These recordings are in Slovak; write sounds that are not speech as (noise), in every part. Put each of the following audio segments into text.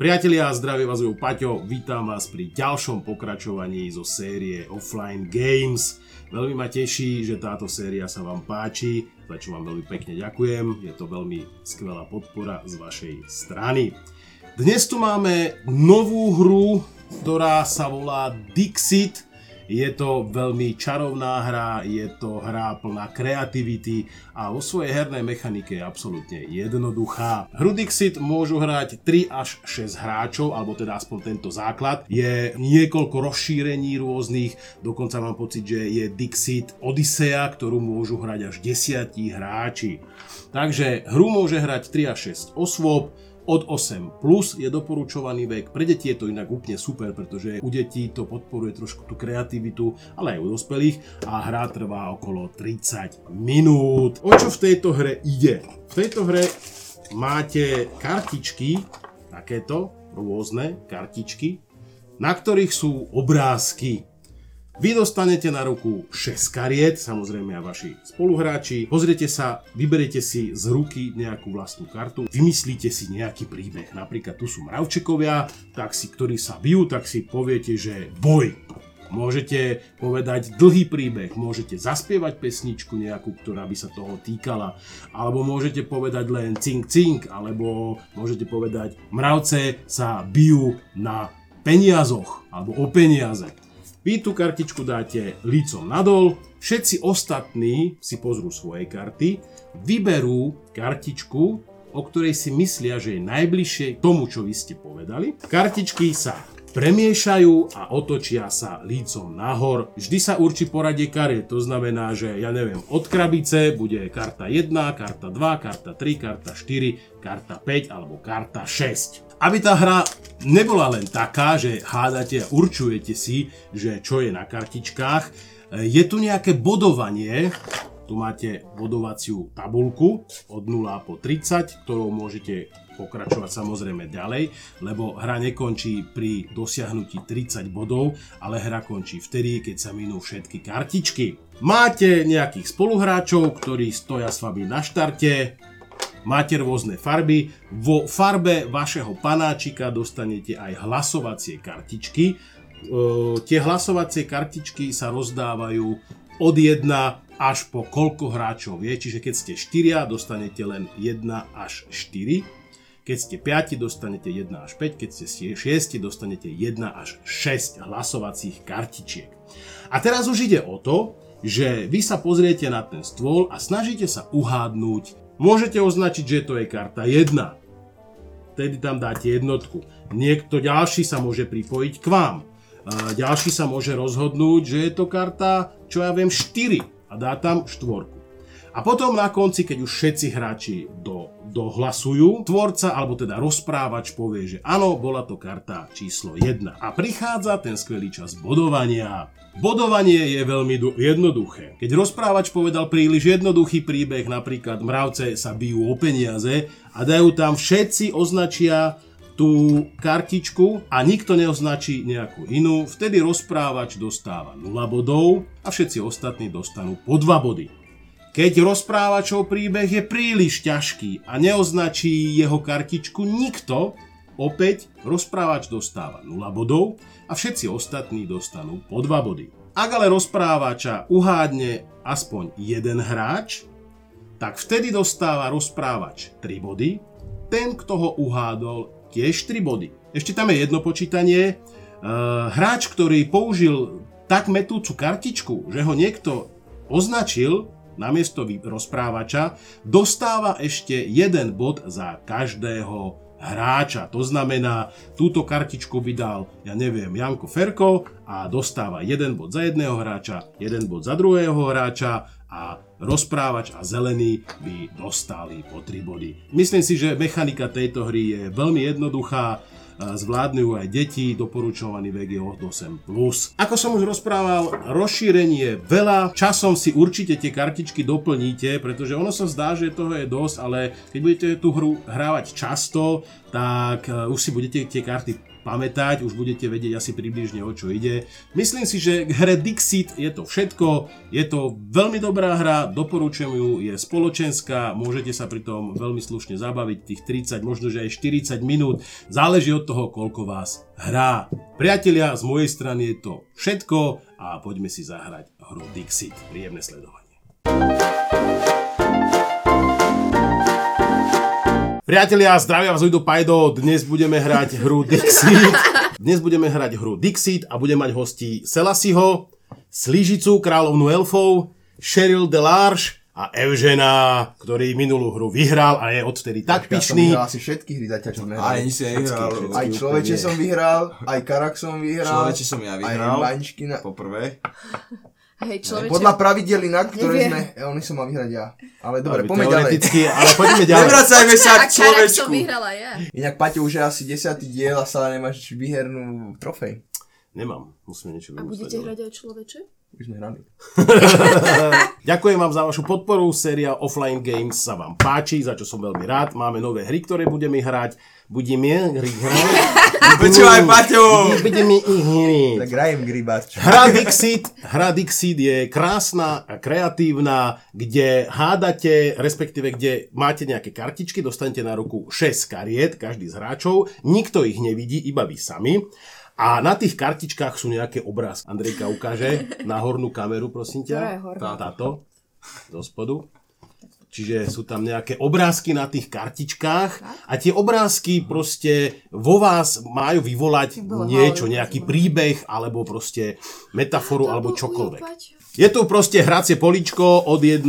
Priatelia, zdravie vás ju Paťo, vítam vás pri ďalšom pokračovaní zo série Offline Games. Veľmi ma teší, že táto séria sa vám páči, za čo vám veľmi pekne ďakujem, je to veľmi skvelá podpora z vašej strany. Dnes tu máme novú hru, ktorá sa volá Dixit. Je to veľmi čarovná hra, je to hra plná kreativity a vo svojej hernej mechanike je absolútne jednoduchá. Hru Dixit môžu hrať 3 až 6 hráčov, alebo teda aspoň tento základ. Je niekoľko rozšírení rôznych, dokonca mám pocit, že je Dixit Odisea, ktorú môžu hrať až 10 hráči. Takže hru môže hrať 3 až 6 osôb, od 8 plus je doporučovaný vek. Pre deti je to inak úplne super, pretože u detí to podporuje trošku tú kreativitu, ale aj u dospelých a hra trvá okolo 30 minút. O čo v tejto hre ide? V tejto hre máte kartičky, takéto rôzne kartičky, na ktorých sú obrázky. Vy dostanete na ruku 6 kariet, samozrejme a vaši spoluhráči. Pozriete sa, vyberete si z ruky nejakú vlastnú kartu, vymyslíte si nejaký príbeh. Napríklad tu sú mravčekovia, tak si, ktorí sa bijú, tak si poviete, že boj. Môžete povedať dlhý príbeh, môžete zaspievať pesničku nejakú, ktorá by sa toho týkala, alebo môžete povedať len cink cink, alebo môžete povedať mravce sa bijú na peniazoch, alebo o peniaze. Vy tú kartičku dáte lícom nadol, všetci ostatní si pozrú svoje karty, vyberú kartičku, o ktorej si myslia, že je najbližšie tomu, čo vy ste povedali. Kartičky sa premiešajú a otočia sa lícom nahor. Vždy sa určí poradie kariet, to znamená, že ja neviem, od krabice bude karta 1, karta 2, karta 3, karta 4, karta 5 alebo karta 6 aby tá hra nebola len taká, že hádate a určujete si, že čo je na kartičkách. E, Je tu nejaké bodovanie, tu máte bodovaciu tabulku od 0 po 30, ktorou môžete pokračovať samozrejme ďalej, lebo hra nekončí pri dosiahnutí 30 bodov, ale hra končí vtedy, keď sa minú všetky kartičky. Máte nejakých spoluhráčov, ktorí stoja s vami na štarte, Máte rôzne farby. Vo farbe vašeho panáčika dostanete aj hlasovacie kartičky. E, tie hlasovacie kartičky sa rozdávajú od 1 až po koľko hráčov je. Čiže keď ste 4, dostanete len 1 až 4. Keď ste 5, dostanete 1 až 5. Keď ste 6, dostanete 1 až 6 hlasovacích kartičiek. A teraz už ide o to, že vy sa pozriete na ten stôl a snažíte sa uhádnuť, Môžete označiť, že to je karta 1. Vtedy tam dáte jednotku. Niekto ďalší sa môže pripojiť k vám. A ďalší sa môže rozhodnúť, že je to karta, čo ja viem, 4 a dá tam štvorku. A potom na konci, keď už všetci hráči do, dohlasujú, tvorca alebo teda rozprávač povie, že áno, bola to karta číslo 1. A prichádza ten skvelý čas bodovania. Bodovanie je veľmi du- jednoduché. Keď rozprávač povedal príliš jednoduchý príbeh, napríklad mravce sa bijú o peniaze a dajú tam všetci označia tú kartičku a nikto neoznačí nejakú inú, vtedy rozprávač dostáva 0 bodov a všetci ostatní dostanú po 2 body. Keď rozprávačov príbeh je príliš ťažký a neoznačí jeho kartičku nikto, Opäť rozprávač dostáva 0 bodov a všetci ostatní dostanú po 2 body. Ak ale rozprávača uhádne aspoň jeden hráč, tak vtedy dostáva rozprávač 3 body, ten, kto ho uhádol, tiež 3 body. Ešte tam je jedno počítanie. Eh, Hráč, ktorý použil tak metúcu kartičku, že ho niekto označil, namiesto rozprávača, dostáva ešte jeden bod za každého hráča. To znamená, túto kartičku by dal, ja neviem, Janko Ferko a dostáva jeden bod za jedného hráča, jeden bod za druhého hráča a rozprávač a zelený by dostali po 3 body. Myslím si, že mechanika tejto hry je veľmi jednoduchá, zvládnu aj deti, doporučovaný vek je od 8+. Ako som už rozprával, rozšírenie je veľa, časom si určite tie kartičky doplníte, pretože ono sa zdá, že toho je dosť, ale keď budete tú hru hrávať často, tak e, už si budete tie karty pamätať, už budete vedieť asi približne o čo ide. Myslím si, že k hre Dixit je to všetko, je to veľmi dobrá hra, doporučujem ju, je spoločenská, môžete sa pri tom veľmi slušne zabaviť tých 30, možno že aj 40 minút, záleží od toho, toho, koľko vás hrá. Priatelia, z mojej strany je to všetko a poďme si zahrať hru Dixit. Príjemné sledovanie. Priatelia, zdravia vás Udo Pajdo, dnes budeme hrať hru Dixit. Dnes budeme hrať hru Dixit a budeme mať hostí Selasiho, Slížicu, kráľovnú elfov, Cheryl Delarge a Evžena, ktorý minulú hru vyhral a je odtedy tak Ja som pyšný. vyhral asi všetky hry zatiaľ, čo nehral. Ani si nehral. Všetky, Aj človeče som vyhral, aj Karak som vyhral. Človeče som ja Aj vyhral. Maničkina. Poprvé. No, Hej, človeče, Podľa pravidel inak, ktoré Neviem. sme... e, Oni som mal vyhrať ja. Ale dobre, Ale poďme ďalej. teoreticky, ale poďme ďalej. Nevracajme sa k a Karak som človečku. vyhrala ja. Inak Paťo už je asi desiatý diel a stále nemáš výhernú trofej. Nemám, musíme niečo A budete vymyslieť. hrať aj človeče? Už sme hrali. (laughs) Ďakujem vám za vašu podporu, séria Offline Games sa vám páči, za čo som veľmi rád. Máme nové hry, ktoré budeme hrať. Budeme hry hrať. Počúvaj, Paťo! Budeme ich Tak hry. hrajem Gribač. Hra Dixit, hra Dixit je krásna a kreatívna, kde hádate, respektíve kde máte nejaké kartičky, dostanete na ruku 6 kariet, každý z hráčov, nikto ich nevidí, iba vy sami. A na tých kartičkách sú nejaké obraz. Andrejka ukáže na hornú kameru, prosím ťa. Ktorá je horná? Tá- Táto, do spodu. Čiže sú tam nejaké obrázky na tých kartičkách a tie obrázky proste vo vás majú vyvolať Vyvolávali. niečo, nejaký príbeh alebo proste metaforu alebo čokoľvek. Paťo. Je tu proste hracie poličko od 1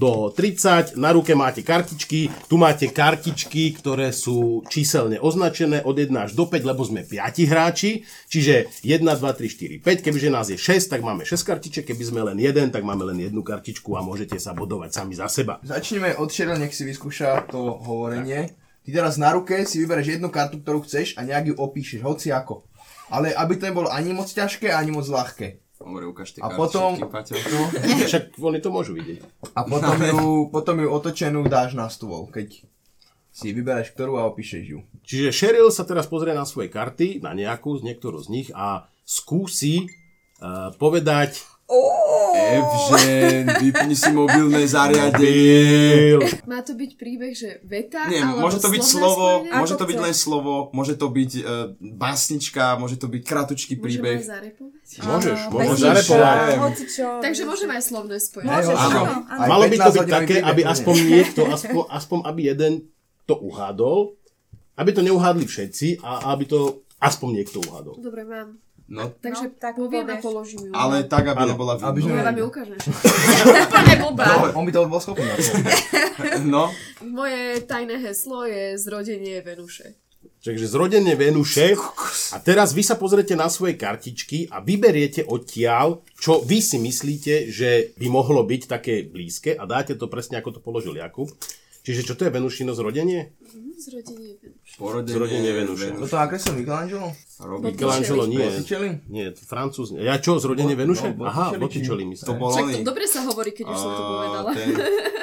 do 30, na ruke máte kartičky, tu máte kartičky, ktoré sú číselne označené od 1 až do 5, lebo sme 5 hráči, čiže 1, 2, 3, 4, 5, kebyže nás je 6, tak máme 6 kartiček, keby sme len jeden, tak máme len jednu kartičku a môžete sa bodovať sami za seba. Začneme od Cheryl, nech si vyskúša to hovorenie. Ty teraz na ruke si vybereš jednu kartu, ktorú chceš a nejak ju opíšeš, hoci ako. Ale aby to nebolo ani moc ťažké, ani moc ľahké. Dobre, ukáž tie A karty potom- všetky, Paťo. Však oni to môžu vidieť. A potom ju, potom ju otočenú dáš na stôl, keď si vyberáš ktorú a opíšeš ju. Čiže Cheryl sa teraz pozrie na svoje karty, na nejakú z niektorú z nich a skúsi uh, povedať (laughs) Evžen, vypni si mobilné zariadenie. Bill. Má to byť príbeh, že veta, Nie, alebo môže to byť slovné slovo, spojenie? môže Ako to byť chceš. len slovo, môže to byť e, básnička, môže to byť kratučký Môžeme aj príbeh. zarepovať? Môžeš, Áno, môžeš bez zarepovať. ničoho, hocičo. Takže môžeme aj slovné spojenie. Môžeš, Hej, áno. áno. áno. Aj Malo by to byť 15-hodinový také, príbeh, aby to nie. aspoň niekto, aspoň, aspoň aby jeden to uhádol, aby to neuhádli všetci a aby to aspoň niekto uhádol. Dobre, mám. No, Takže tak poviem a povieš. položím ju. no. ale tak, aby Áno. nebola Aby (laughs) vidno. sme- Veľa mi (laughs) ukážeš. Úplne blbá. On by to bol schopný. na to. No, Moje tajné heslo je zrodenie Venuše. Takže zrodenie Venuše a teraz vy sa pozrete na svoje kartičky a vyberiete odtiaľ, čo vy si myslíte, že by mohlo byť také blízke a dáte to presne, ako to položil Jakub. Čiže čo to je Venušino zrodenie? Hm, Zrodenie Venuše. porodenie, Zrodenie Venuše. Toto akresol Michelangelo? Robí. Michelangelo nie. Botticelli? Nie, francúz. nie. Ja čo, zrodenie Bo- Venuše? no, Aha, Botticelli Botticelli. To myslím. bol Však to oný. dobre sa hovorí, keď už som to a, povedala. ten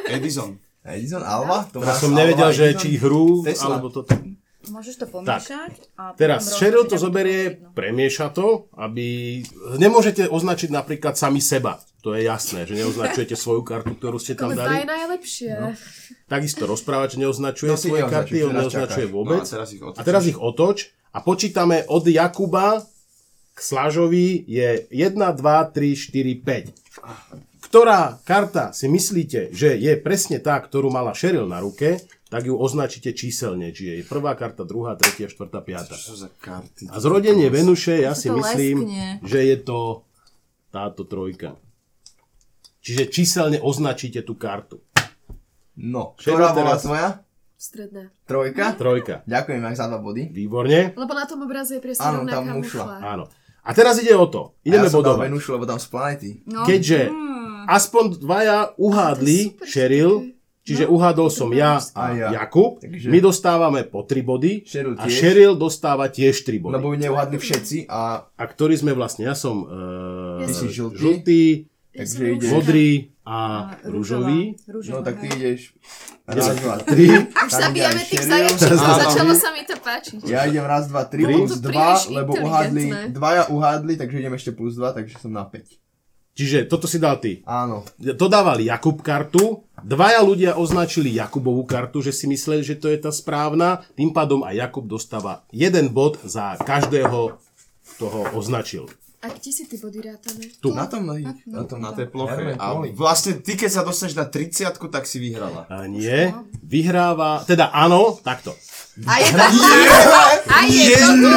Edison. Edison Alva? To Ja máš som Alva nevedel, že Edison? či hru, Tesla. alebo toto. Môžeš to pomiešať. A potom Teraz rozložiť, Cheryl aby to bolo zoberie, vidno. premieša to, aby... Nemôžete označiť napríklad sami seba. To je jasné, že neoznačujete svoju kartu, ktorú ste tam Ale tá je dali. najlepšia. No. Takisto rozprávač neoznačuje No, ty svoje neoznačuj, karty, on teraz neoznačuje čakáš. vôbec. No a teraz ich A otočíš. teraz ich otoč a počítame od Jakuba k Slažovi je 1, 2, 3, 4, 5. Ktorá karta si myslíte, že je presne tá, ktorú mala Cheryl na ruke, tak ju označíte číselne. Čiže je prvá karta, druhá, tretia, štvrtá, piata. Čo za karty? A zrodenie Venuše, ja si to myslím, leskne. že je to táto trojka. Čiže číselne označíte tú kartu. No, Cheryl ktorá bola teraz- tvoja? Stredná. Trojka? Trojka. Ďakujem Max za dva body. Výborne. Lebo na tom obraze je presne Áno, rovnaká tam mušla. mušla. Áno. A teraz ide o to. A ja Ideme som dal bodovať. Venušu, lebo tam z planety. No. Keďže aspoň dvaja To je uhádli super, Cheryl, čiže uhádol som ja a A ja. Jakub, Takže- my dostávame po 3 body Cheryl a tiež. Cheryl dostáva tiež 3 body. Lebo ju neuhadli všetci a A ktorý sme vlastne, ja som Ja e, som žltý. žltý, Ja Takže ide- som rúžová. modrý a rúžový. no Rúžová. tak ty ideš Ja raz, som- dva, Tri. Už zabíjame tých (laughs) zajačov, Áno. začalo sa mi to páčiť. Ja idem raz, dva, tri, Tri. plus To dva, príliš lebo inteligentné. uhádli, dvaja uhádli, takže idem ešte plus dva, takže som na 5. Čiže toto si dal ty. Áno. To dával Jakub kartu, dvaja ľudia označili Jakubovú kartu, že si mysleli, že to je tá správna, tým pádom aj Jakub dostáva jeden bod za každého toho označil. A kde si ty body rátame? Tu. Na tom, na, na tom. na tej ploche. Herman A Pauling. vlastne ty, keď sa dostaneš na 30, tak si vyhrala. A nie, vyhráva, teda áno, takto. A je to... A je to...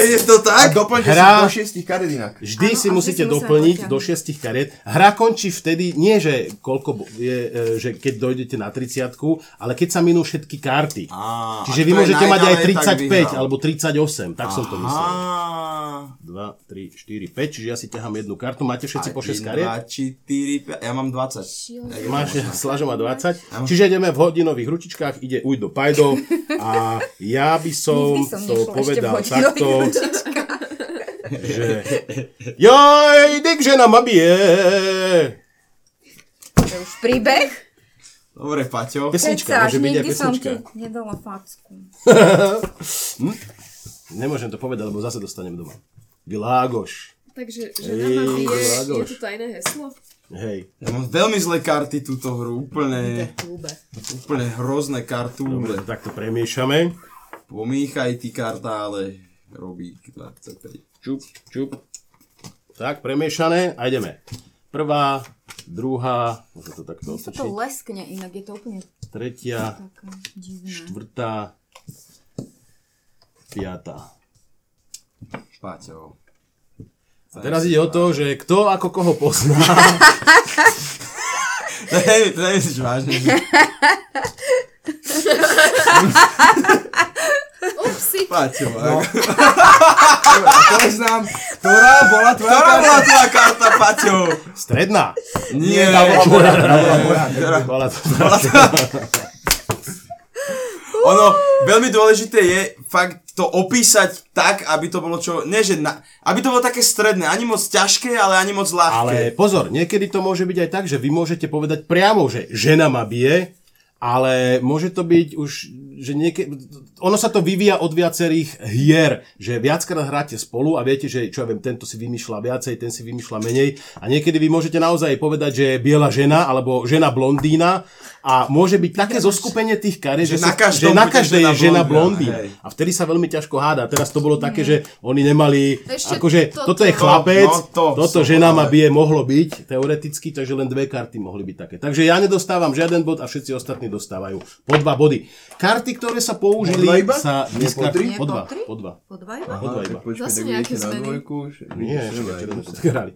Je to A tak? doplňte si Hra- do šiestich kariet inak. Vždy Áno, si a vždy musíte si musíme doplniť potiahnuť. do šiestich kariet. Hra končí vtedy, nie že koľko bo- je, e, že keď dojdete na 30, ale keď sa minú všetky karty. Á, Čiže vy a kto je môžete mať aj najďalej, tak 35 vyhral. alebo 38, tak som to myslel. Á. 2, 3, 4, 5, čiže ja si ťahám jednu kartu. Máte všetci po 6 1, kariet? 2, 4, 5. Ja mám 20. Máš, Slažo má 20. Čiže ideme v hodinových ručičkách, ide Ujdo Pajdo a ja by som, Nikdy som to nešla ešte povedal v hodinových takto, že joj, Dick, žena ma bije. To je už príbeh. Dobre, Paťo. Pesnička, môže Kecáš, byť aj nikdy som pesnička. ti nedala facku. Nemôžem to povedať, lebo zase dostanem doma. Világos. Takže žena ma Ej, bije, je Ladoš. to tajné heslo? Hej. Ja mám veľmi zlé karty túto hru. Úplne, úplne hrozné Dobre, kartúle. no tak to premiešame. Pomíchaj ty karta, ale robí 25. Čup, čup. Tak, premiešané a ideme. Prvá, druhá, môžem to takto Mne sa to otočiť. leskne, inak je to úplne Tretia, také divné. štvrtá, piatá. Paťo. A teraz ide o to, že kto ako koho pozná. To je- to nemyslíš vážne. že- Upsi. Paťo, no. A povedz nám, ktorá bola tvoja Ktorá karta? bola tvoja karta, Paťo? Stredná. Nie, Tá bola moja, tá bola moja. (laughs) Bola to Ono, veľmi dôležité je fakt to opísať tak, aby to bolo čo... Nie, že na, aby to bolo také stredné, ani moc ťažké, ale ani moc Ale ľahké. pozor, niekedy to môže byť aj tak, že vy môžete povedať priamo, že žena ma bije, ale môže to byť už, že niekedy, ono sa to vyvíja od viacerých hier, že viackrát hráte spolu a viete, že čo ja viem, tento si vymýšľa viacej, ten si vymýšľa menej a niekedy vy môžete naozaj povedať, že je biela žena alebo žena blondína a môže byť také zoskupenie tých kariet, že, Že sa- na každom že na bude každej je žena žena blondína. blondína, hej. A vtedy sa veľmi ťažko háda. Teraz to bolo také, že oni nemali, Ešte akože toto, toto. je chlapec, No, to toto som žena povedal. ma bije, mohlo byť teoreticky, takže len dve karty mohli byť také. Takže ja nedostávam žiaden bod a všetci ostatní dostávajú po dva body. Karty, ktoré sa použili, Po dva iba? sa Nie, po diskart- tri? po dva, Po tri? po dva. Po dva iba? Po dva iba. Počkaj, Zase tak nejaké idete na zmeny. dvojku, že- Nie, ešte idete na včera sme dvojku. to hrali.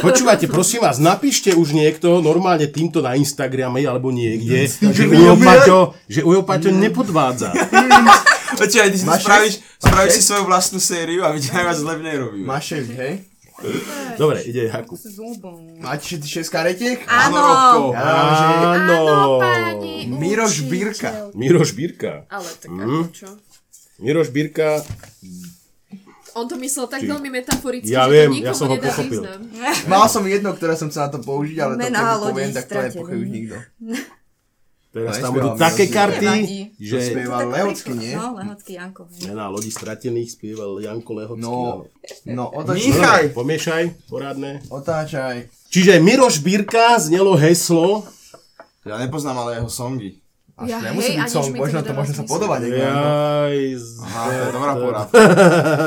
Počúvajte, prosím vás, napíšte už niekto normálne týmto na Instagrame alebo niekde, že Ujo Paťo, že Ujo Paťo nepodvádza. Počkaj, ty si Máš spravíš, šesť? spravíš Máš si svoju vlastnú sériu a vidíme, vás zle v nej robíme. Máš šesť, hej? Dobre, ide Jakub. S zubom. Máte všetci šesť karetiek? Áno, Áno. Robko. Ja dám, že Áno, pani Miroš učiteľ. Birka. Miroš Birka. Ale tak Mhm. ako čo? Miroš Birka, On to myslel tak Či- veľmi metaforicky, Ja že viem, to nikomu ja som ho nedá pochopil. význam. Mal som jedno, ktoré som sa na to použiť, ale to Mená keď ľudí poviem, tak to nepochopí už stratený. nikto. teraz No, tam nespieval budú také Miroš Birka. karty, Nevadí. že... Spieva Tak Lehocky, príklad. nie? No, Lehocky, Janko. hej. Mená lodi stratených spieval Janko Lehocký. No, áno. no, otáčaj. Michaj! Pomiešaj, porádne. Otáčaj. Čiže Miroš Birka znelo heslo. Ja nepoznám ale jeho songy. Až Ja, nemusí hej, byť aniž song, mi to možno to nedáva možno sa zmysel. podobať. Ja. Jaj, z- Aha, to je dobrá pora.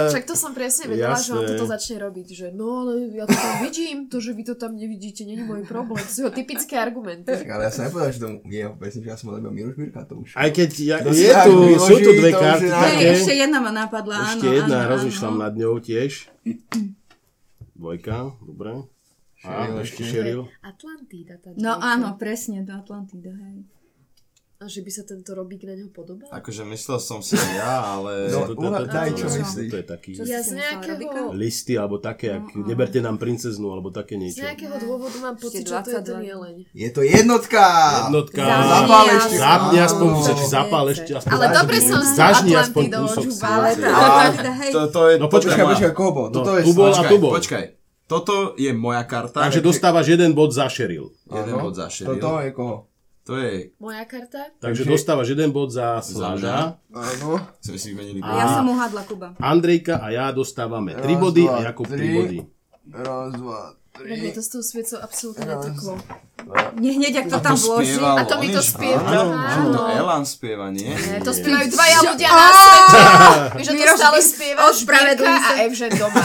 Však to som presne vedela, že on Jasné. toto začne robiť, že no ale ja to tam vidím, to, že vy to tam nevidíte, není môj problém. To sú jeho typické argumenty. Ale ja som nepovedal, že to je pesnička, ja som ho iba Miroš Birka, to už. aj keď ja, To si je tak tu, vyloží, sú tu dve to už karty je také. Hej, ešte jedna ma napadla, áno, Ešte jedna, áno, rozmýšľam áno. nad ňou tiež. Dvojka, dobre. A Cheryl ešte ešte. Cheryl. Atlantída tá No dvojka. áno, presne, do Atlantida, hej. A že by sa tento robík na ňo podobal? Akože myslel som si aj ja, ale... No, Toto- Ula, toto- daj, toto- čo toto myslíš? je taký Čo Ja si z No, myslela, Robika? nejakého, listy, alebo také, ak neberte nám princeznu, alebo také z niečo. nejakého dôvodu mám pocit, že to je ten 22. jeleň. Je to jednotka! Jednotka. Zapál ešte. Zapni aspoň Áno. kúsok, zapál ešte aspoň. Ale zažni- dobre som s zažni aspoň Atlantidou kúsok odžubala. sveta. Atlantida, hej. To, to je, No počkaj, toto je Počkaj, moja. počkaj, koho bol? No, Toto je... tu bol a Počkaj, tu bol. počkaj. Toto je moja karta. Takže dostávaš jeden bod za Sheryl. Jeden Áno. bod za Sheryl. Toto je koho? To je... Moja karta? Takže Takže- dostávaš jeden bod za Slaža. Áno. Sme si vymenili A ja A- som uhadla Kuba. Andrejka a ja dostávame 3 Raz, body dva, a Jakub 3 tri. body. Raz, dva, Pre mňa to s tou sviecou absolútne netrklo. Nie hneď, ak to tam vloží. spieval A to mi to Oniž- spieva. Áno, Áno. áno. Elan spieva, nie? Ne, to spievajú dvaja ľudia na svete. Vieš, že to Miroš, stále vy- spieva Šbírka ospravedlňuj a sa. Evžen doma.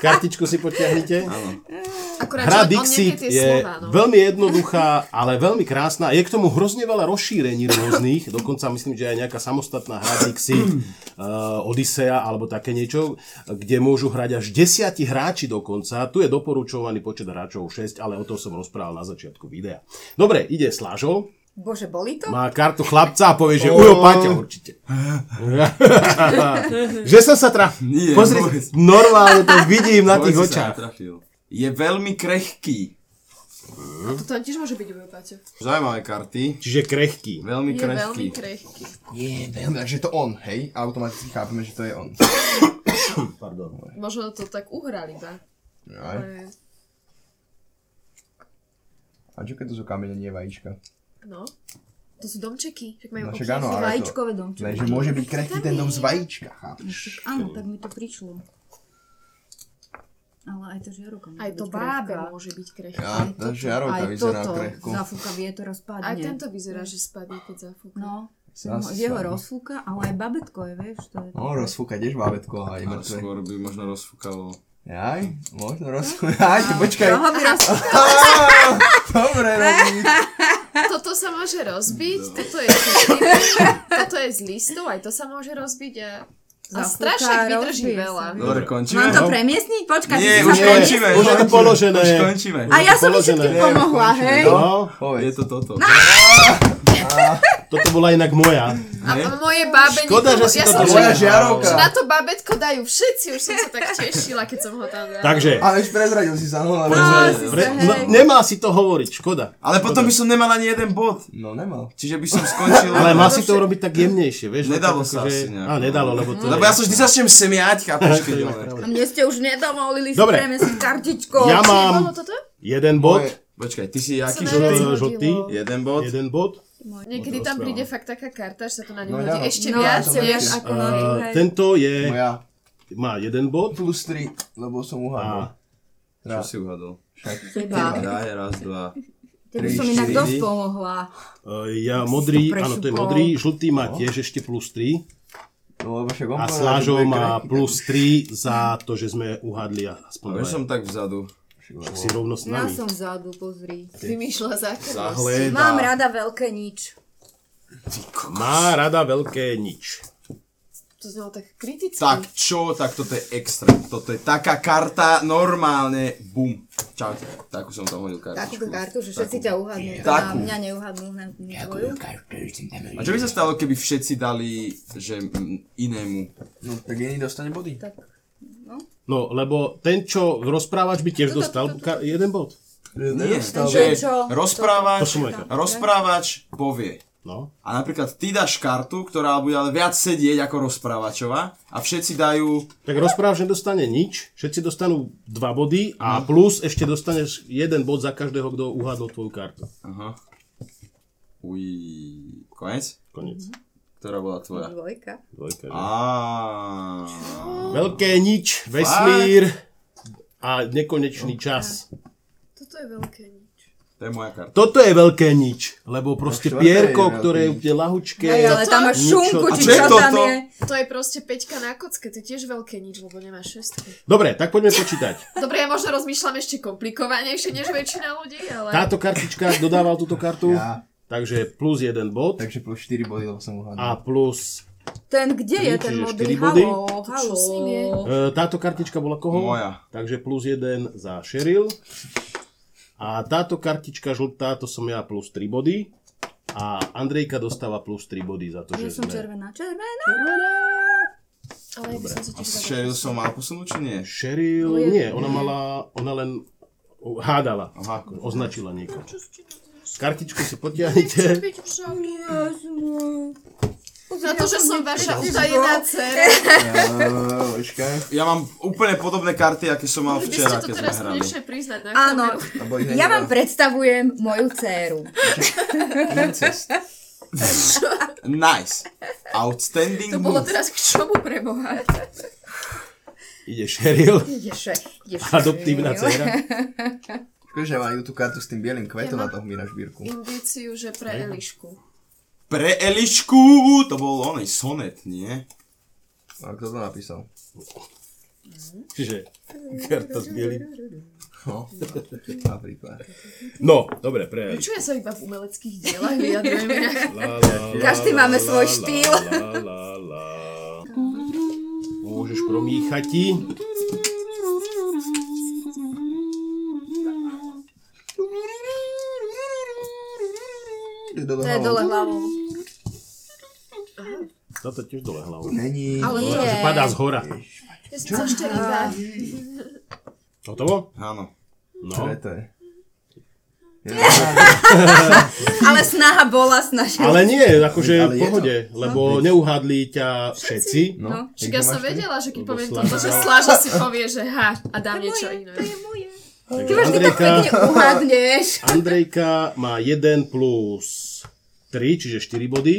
Kartičku si potiahnite. (laughs) Akurát, Hra že on- on nevie Dixit tie je slová, no. veľmi jednoduchá, ale veľmi krásna. Je k tomu hrozne veľa rozšírení rôznych. Dokonca myslím, že aj nejaká samostatná hra Dixit, (clears throat) uh, Odisea alebo také niečo, kde môžu hrať až desiati hráči dokonca. Tu je doporučovaný počet hráčov 6, ale o tom som rozprával na začiatku videa. Dobre, ide Slážol. Bože, boli to? Má kartu chlapca a povie, že ujo, Paťa určite. (laughs) že som sa traf... Nie, Pozri, vôbec. normálne to vidím na tých Povedz, si očách. sa natrafil. Je veľmi krehký. To tam tiež môže byť ujo, Paťo. Zaujímavé karty. Čiže krehký. Veľmi Je krehký. veľmi krehký. Takže to on, hej? Automaticky chápeme, že to je on. Pardon. Možno to tak uhrali, tak? Aj. A čo keď to sú kamene, nie vajíčka? No. To sú domčeky. Však majú No však občas- áno, ale to... Vajíčkové domčeky. Ne, že môže byť krehký ten dom z vajíčka, chápeš? Áno, tak mi to prišlo. Ale aj to žiarovka. môže Aj to byť bábe krehká. môže byť krehké. Ja, tá žiarovka Aj vyzerá toto krehko. zafúka vietor a spadne. Aj tento vyzerá, že spadne, keď zafúka. No, Zas z jeho spadne. rozfúka, ale aj babetko je, vieš, to je... No, rozfúka tiež bábetko, aj Ale mŕtve. skôr by možno rozfúkalo. Jaj, možno rozfúka. Aj, to počkaj. Aha, mi raz... Dobre, robí. Toto sa môže rozbiť, No. toto je z listov, toto je z listov, aj to sa môže rozbiť a, a Zafúka, strašák vydrží rozbije veľa. No, sa. Dobre, končíme. Mám to premiesniť? Počkaj, Nie, ty už si sa končíme. premiesnil. Už je to položené. Už končíme. A ja som mi Položené. všetkým pomohla, hej? No, Povedz. Je to toto. toto bola inak moja. A m- moje bábe Škoda, že nikomu- si ja to som, Moja že, že žiarovka. na to bábetko dajú všetci, už som sa tak tešila, keď som ho tam dala. Takže, Ale už prezradil si sa, no lebo... si pre, sa, no, hej. nemá si to hovoriť, škoda. Ale potom by som nemal ani jeden bod. No nemal. Čiže by som skončil... Ale má si to urobiť tak jemnejšie, vieš? Nedalo tak sa asi nejak. Á, nedalo, lebo to... Lebo ja sa vždy začnem semiať, chápeš, (laughs) keď ona... A mne ste už nedovolili si Dobre. premiesniť kartičkou. Ja Bolo mám toto? jeden bod, Moje- Počkaj, ty si Sa jaký najviac žltý? hodilo. um, žltý? Jeden bod. jeden bod. Niekedy Rozprávam. tam príde fakt taká karta, že sa to na ňu No, hodí ja- ešte No, viac, to vieš. vieš, ako na Uh, hej. tento je, Moja má jeden bod plus 3, lebo som uhádol. a Čo no. si uhadol? Teba. Daj, raz, dva. Tebe Tri, som inak štyri. dosť pomohla. uh, ja modrý, Prešupol. No. áno, to je modrý, žltý má tiež ešte plus 3 No lebo však on a povedal, že Slážov bude má krehký, plus 3 za to, že sme uhadli aspoň Ale dvaja. No, som tak vzadu. Však si rovno s Ja nami. som vzadu, pozri. Vymýšľa zákrvosť. Zahlieda. Mám rada veľké nič. Má rada veľké nič. To znelo tak kriticky. Tak čo, tak toto je extra. Toto je taká karta, normálne, bum. Čaute. Takú som tam hodil kartičku. Takúto kartu, že všetci ťa uhadnú. A Takú. mňa neuhadnú na na tvoju. A čo by sa stalo, keby všetci dali, že mm, inému? No tak iný dostane body. Tak. No, lebo ten, čo rozprávač by tiež dostal ka- jeden bod. Nie, Nedostal. že To čo? rozprávač, sú moje karty. rozprávač povie. No. A napríklad ty dáš kartu, ktorá bude ale viac sedieť ako rozprávačová a všetci dajú Tak rozprávač nedostane nič, všetci dostanú dva body No. a plus ešte dostaneš jeden bod za každého, kto uhádol tvoju kartu. Aha. Uj, konec? Konec. Ktorá bola tvoja? Dvojka. Dvojka, Mhm. že? Á. Veľké nič, vesmír a nekonečný čas. Toto je veľké nič. To je moja karta. Toto je veľké nič, lebo proste To štvrté No, je pierko, veľký ktoré je nič. úplne lahučké. No, Hej, No, ale tam máš Ničo- šunku, A či čo je čo tam toto? je. To je proste peťka na kocke, to je tiež veľké nič, lebo nemá šestky. Dobre, tak poďme počítať. Dobre, ja možno rozmýšľam ešte komplikovanejšie než väčšina ľudí, ale... Táto kartička dodával túto kartu, Ja. takže plus jeden bod Takže plus 4 body, lebo som uhádol. a plus... Ten, kde je ten Čiže štyri modrý? body. Halo, čo halo. s ním je? E, Táto kartička bola koho? Moja. Takže plus jeden za Sheryl. A táto kartička žltá, to som ja plus 3 body. A Andrejka dostáva plus 3 body za to, Ja že som sme... červená, červená. Ale ja by som sa A tiež dala- Sheryl som mal posunúť, či nie? Sheryl, nie, ona mala, ona len hádala, Aha. označila niekoho. Čo ste to- Kartičku si Chcem potiahnite. byť v šoku. Na to, že som vaša údajná dcera. Eee, Počkaj. Ja mám úplne podobné karty, aké som mal Mohli by ste včera, to keď sme teraz hrali. konečne priznať na Áno, kameru. A boli hneď ja vám dva. predstavujem moju dceru. Incest. Nice. Outstanding To bolo move. teraz k čomu preboha? Ide šeril. Ježe, ježe. Adoptívna (laughs) dcera. Škoda, že mám tú kartu s tým bielým kvetom Ja a mám- toho mi na šbírku. Indíciu, že pre Elišku. Pre Elišku, to bol onej sonet, nie? A kto to napísal? Čiže karta s bielým. (laughs) No, napríklad. No, dobre, pre Čo ja sa iba v umeleckých dielach vyjadrujem? (laughs) nejak- La, la, la, Každý la, máme la, svoj la, štýl. la, la, la. Môžeš promíchať ti. Je dole To je dole hlavou. hlavou. Táto No, tiež dole hlavou. Není. Ale No, nie. že padá z hora. Ja som sa šterila. Hotovo? Áno. No. Čo je to je? Ale snaha bola, snažil. Ale nie, akože Ale je v to. Hm. pohode, lebo neuhádli ťa všetci. No. Však ja Takže som máš tri? vedela, že keď Lebo poviem sláža- toto, že Sláža (laughs) si povie, že ha, a dám niečo iné. Ty máš ty to Andrejka, pekne (laughs) uhádneš. Andrejka má 1 plus 3, čiže 4 body.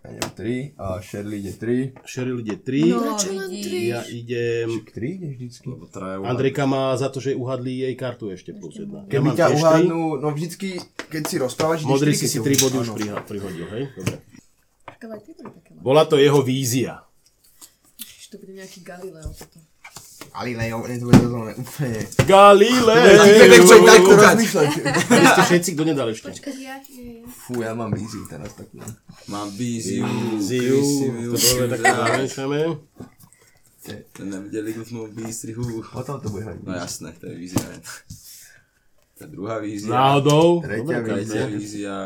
Ja neviem, tri. A Shirley ide tri. Sheryl ide 3. No, Čo len vidíš. tri? Ja idem... Však tri ide vždycky. Lebo traja Andrejka má za to, že uhadli jej kartu ešte plus 1. Ja mám Keby ťa tiež tri. uhádnu, no vždycky, keď si rozprávaš, ideš Modrý tri, si keď si ťa 3 body už áno. priha- prihodil, hej? Dobre. Ale aj tie boli také malé. Bola to jeho vízia. Ježiš, to bude nejaký Galileo toto. Galileo, nie to bude rozhodné, úplne. Galileo! Nechcem tak Takto kúkať. rozmýšľať. Vy ste všetci, kto nedal ešte. Počkaj, ja, ja, ja. Fú, ja mám víziu teraz takú. Mám víziu. Ziu, to Víziu. bolo také zamiešame. Ten nevideli kufnú v výstrihu. Potom to bude No hrať. jasné, to je vízia. To je druhá vízia. No, Náhodou. Tretia Dobre, vízia. Tretia vízia.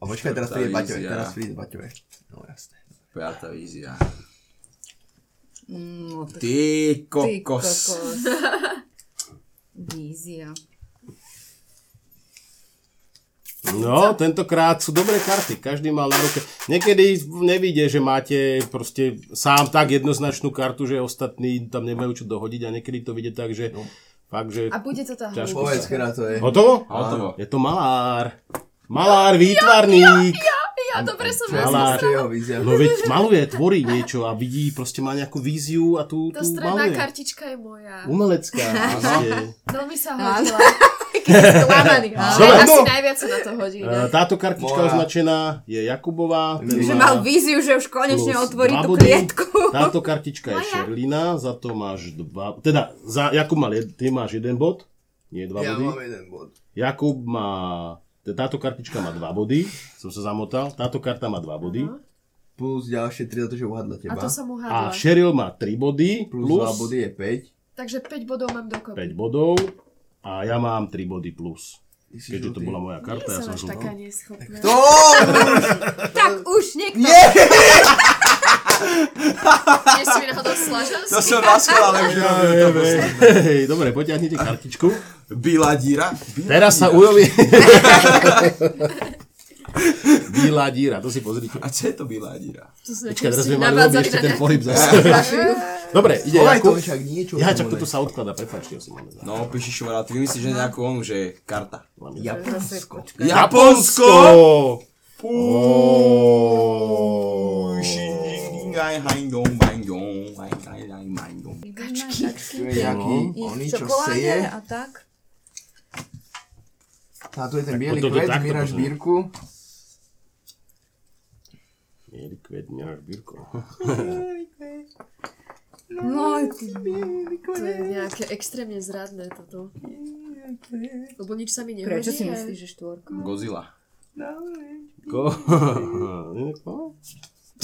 A počkaj, teraz príde Tá Baťové, vízia. teraz príde Baťové. No jasné. Piatá vízia. No, tak Ty ty kokos. Vízia. No, tentokrát sú dobré karty, každý mal na ruke. Niekedy nevidie, že máte proste sám tak jednoznačnú kartu, že ostatní tam nemajú čo dohodiť a niekedy to vidie tak, že fakt, že... A bude to tá Ťažko. hluba. Povedz, ktorá to je. Hotovo? Hotovo. Je to malár. Malár, výtvarník. Ja, ja, dobre som Ale- ja Čo je jeho vízia? No veď maluje, tvorí niečo a vidí, proste má nejakú víziu a tu, Tá tu stredná maluje. kartička je moja. Umelecká. proste. Veľmi sa Áno. hodila. Sklamaný. Aj Dobre, asi no. najviac sa na to hodí. E, ne? Táto kartička Moja. označená je Jakubová. ten Že má mal víziu, že už konečne plus otvorí dva tú body. klietku. (laughs) Táto kartička je Moja. Šerlina, za to máš dva, teda za Jakub mal, jed- ty máš jeden bod, nie dva Ja body. mám jeden bod. Jakub má, t- táto kartička má dva body, som sa zamotal, táto karta má dva body. Plus ďalšie 3 za to, že uhadla A teba. to som A uhádla. Sheryl má 3 body Plus, plus 2 body je 5. Takže 5 bodov mám dokopy. 5 bodov a ja mám 3 body plus. Ty si Keďže to žltý. bola moja karta, Ja ja som som až taká žltý. neschopná. To! Tak už niekto. (laughs) Nie si mi náhodou slažal? To som naschval, ale už robím to posledné. Hej, Dobre, potiahnite kartičku. Bílá díra. Bílá Teraz sa díra. ujovi... (laughs) Bílá díra, to si pozrite. A čo je to bílá díra? Počkaj, teraz sme mali urobiť ešte ten pohyb (laughs) zase. Dobre, ide Volaj to Jakub. však niečo. Ja, čo čak, toto sa odkladá, prepáčte, ja som máme záujem. No, píši šomarát. Ty myslíš, že nejakú onu, že je karta. Japonsko. Japonsko! Tu je nejaký oný, čo seje. Čokoláde a tak. A tu je ten Tak biely toto kvet, takto míraš pozri. bírku. Mieli kvet, mieraš bírko. No, ty To je nejaké extrémne zradné toto. Lebo nič sa mi nehodí. Prečo si a- myslíš, že štvorka? Godzilla. Ko... (laughs)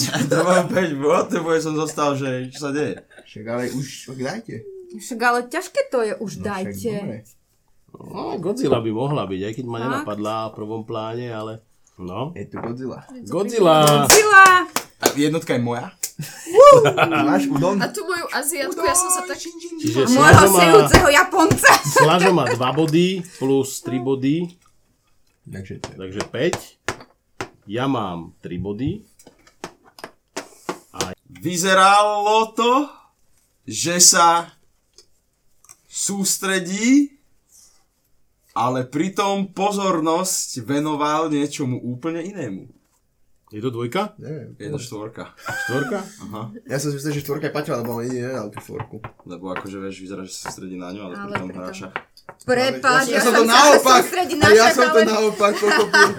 To mám 5 bod, nebo som zostal, že čo sa deje? Však ale už, ok, dajte. Však ale ťažké to je, už No Však dajte. dobre. No, Godzilla by mohla byť, aj keď ma Fakt? nenapadla v prvom pláne, ale... No. Je tu Godzilla. Godzilla! Sila! A jednotka je moja? Máš udon? A tu moju Aziatku, ja som sa tak... Čiže Môjho Slažo má, sejúceho Japonca! (laughs) Slažo má 2 body plus 3 body, Takže to je. takže 5. Ja mám 3 body. Vyzeralo to, že sa sústredí, ale pritom pozornosť venoval niečomu úplne inému. Je to dvojka? Neviem. Je to štvorka. Štvorka? Aha. Ja som si myslel, že štvorka je Paťo, lebo on jediný nedal tú štvorku. Lebo akože vieš, vyzerá, že sa sústredí na ňu, ale, Ale pritom pritom- hráča. Prepáč, ja, som to sa naopak, sústrediť na ja šak, som to ale- naopak (laughs) pochopil.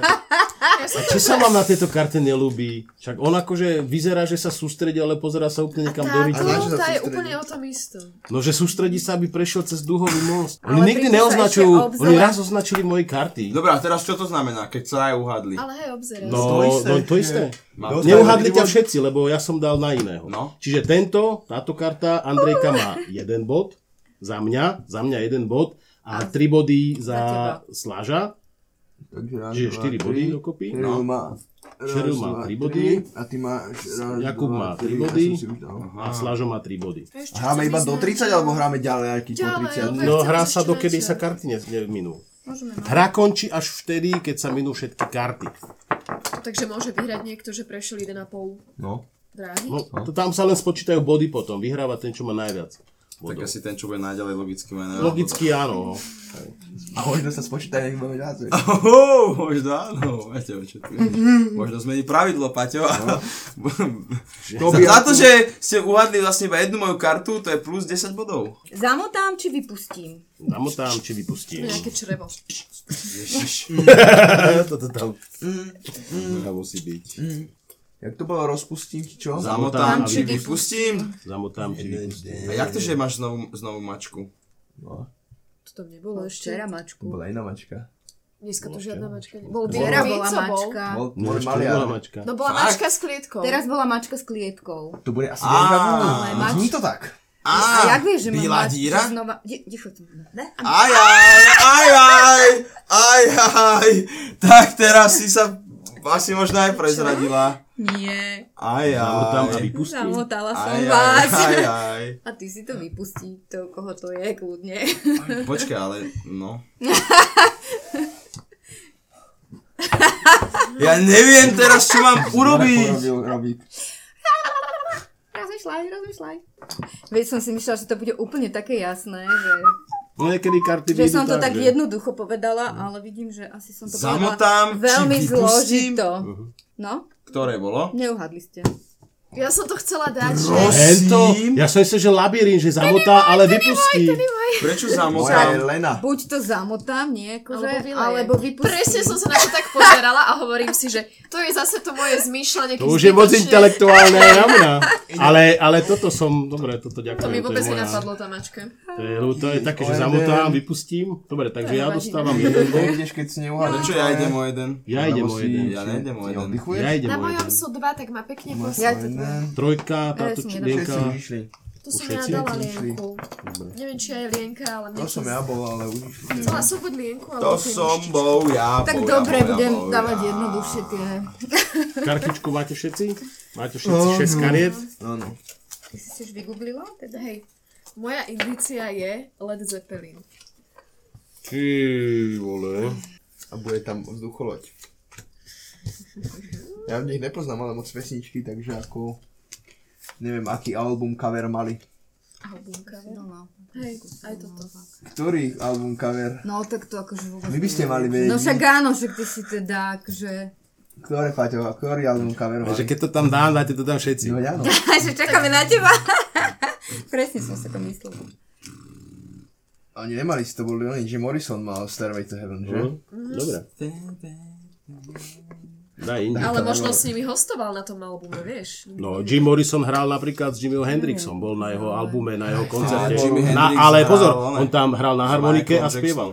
Čo sa vám na tejto karte nelúbi? Však on akože vyzerá, že sa sústredí, ale pozerá sa úplne niekam do Táto, riču. na čo sa tá je sústredí? úplne o tom istom. No, že sústredí sa, aby prešiel cez dúhový most. Oni Ale nikdy prídu sa ešte No, neoznačujú, obzerať. oni raz označili moje karty. Dobre, a teraz čo to znamená, keď sa aj uhádli? Ale hej, obzeraj. No, sa. to isté. No, to isté. Mám Dostali Neuhadli ťa vývoj- všetci, lebo ja som dal na iného. No. Čiže tento, táto karta Andrejka má jeden bod za mňa, za mňa jeden bod a tri body za Slaža, Takže raz, čiže dva, 4 tri. body dokopy. Cyril No. má... Cyril raz, má dva, tri body. A ty máš... Raz, Jakub dva, má tri, tri ja som body. si už dal. a Slažo má 3 body. Vieš, čo Hráme chcem iba do ísť na- 30 alebo hráme ďalej nejaký po Ďalej, 30? ale- No chcem hrá ísť sa čo dokedy najčas. sa karty ne- neminú. Môžeme mať. Hra končí až vtedy, keď sa minú všetky karty. Takže môže vyhrať niekto, že prešiel 1,5 No. dráhy. No, to tam sa len spočítajú body potom. Vyhráva ten, čo má najviac Tak bodov. asi ten, čo bude najďalej logicky má najviac. Logicky áno. no. A možno sa spočítaj, nech budeme ďalej. Oho, možno áno, Paťo, čo ty Možno zmení pravidlo, Paťo. (laughs) To No. za, by- za to, že ste uhadli vlastne iba jednu moju kartu, to je plus 10 bodov. Zamotám či vypustím? Zamotám, či vypustím. (laughs) Nejaké črevo. Ježiš. Mm. teda Toto tam... Tam musí byť. Mm. Jak to bolo, rozpustím ti čo? Zamotám Zamotám, či a vypustím. Zamotám, či vypustím. A jak to, že máš znovu, znovu mačku? No, To tam No, nebolo ešte. Včera to mačku. bola iná mačka. Dneska to žiadna mačka nebola. Bol Včera bielý, bola co bol? mačka. Bol, No, bol ešte maliar. nebola mačka. No bola Fakt? mačka s klietkou. Teraz bola mačka s klietkou. To bude asi Á, ale nejaká mač- Zní to tak. Á, A jak vieš, že mám bílá mačku díra? Znova... Di- Ticho tu. Ne? Aj, aj, aj, aj, aj, aj. Tak teraz si sa asi možno aj prezradila. Nie. Aj, Zamotám a aj. vypustím. Zamotala som Aj, aj, vás. aj, aj. A ty si to vypustí, to koho to je, kľudne. Počkaj, ale no. Ja neviem teraz, čo mám urobiť. Robil, robík. (laughs) Rozmýšľaj, rozmýšľaj. Veď som si myslela, že to bude úplne také jasné, že, No niekedy karty vyjdú že som to tak že- jednoducho povedala, ale vidím, že asi som to Zamotám, povedala veľmi či vypustím? Uh-huh. zložito. No, Ktoré bolo? neuhadli ste. Ja som to chcela dať, že... Prosím. Hento, ja som myslel, že labyrín, že zamotá, ale vypustí. Moja Prečo je zamotám? Lena. Buď to zamotám, nie, akože, Alebo, alebo, vylejem. vypustím. Presne som sa na to tak pozerala a hovorím si, že to je zase to moje zmýšľanie. To keď už je moc zbytočne- (laughs) intelektuálne na mňa. Ale, ale toto som, dobre, toto ďakujem. To mi vôbec je moja- nenapadlo tá mačka. To je, to je také, že Jeden. zamotám, vypustím. Dobre, takže ja nevadí. dostávam jeden bod. Nejdeš, keď si neuhádeš. Prečo čo ja je? idem o jeden? Ja idem Lebo o si- jeden. Ja nejdem o si jeden. oddychuješ? Ja idem Na o jeden. mojom sú dva, tak ma pekne Máš posl... Ja svoje, to- ne? Trojka, táto Ja som Všetci člienka. už išli. To som ja všetci? dala Všetci išli. Lienku. Neviem, či aj Lienka, ale To mne som ja bol, ale už išli. Chcela som buď Lienku, ale... To neviem. som bol ja. Tak bol ja, dobre, bol ja, budem bol ja. dávať jednoduchšie tie. Kartičku máte všetci? Máte všetci 6 kariet? Áno. Ty si si už vygooglila? Teda? Hej. Moja indícia je Led Zeppelin. Ty vole. A bude tam vzducholoď. Ja v nich nepoznám ale moc pesničky, takže ako... Neviem, aký album cover mali. Albumka. No, no. Hej, aj toto. Ktorý album cover? no tak to akože vôbec... Vy by ste mali vedieť. No však áno, však ty si teda, akože... Ktoré, Paťo, ktorý album cover mali? Takže keď to tam dám, dáte to tam všetci. No, áno. že čakáme na teba. (laughs) Presne som sa to myslela. Oni nemali si to, boli oni, že Morrison mal Stairway to Heaven, že? Mhm. Dobre. Daj iný. Ale možno s nimi hostoval na tom albume, vieš? No, Jim Morrison hral napríklad s Jimmyho Hendrixom, bol na jeho albume, na jeho koncerte. Jimi Na, Hendrix ale hral, pozor, ale- on tam hral na harmonike a Michael Jackson. spieval.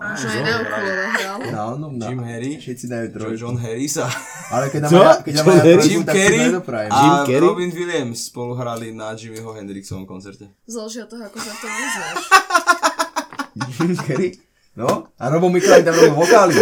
Možno no, aj na ukulele hral. Na onom, na... Jim Harry, no. Všetci dajú trojku. John Harrisa. Ale keď nám Čo? ja, keď nám John ja (laughs) Harry? trojku, Jim tak si Carrey dajú doprajem. Jim a Carrey? Robin Williams spolu hrali na Jimmyho Hendrixovom koncerte. Zložia toho, ako (laughs) sa v tom vyznáš. (laughs) Jim Carrey? No, a Robo Mikulaj tam robil vokály.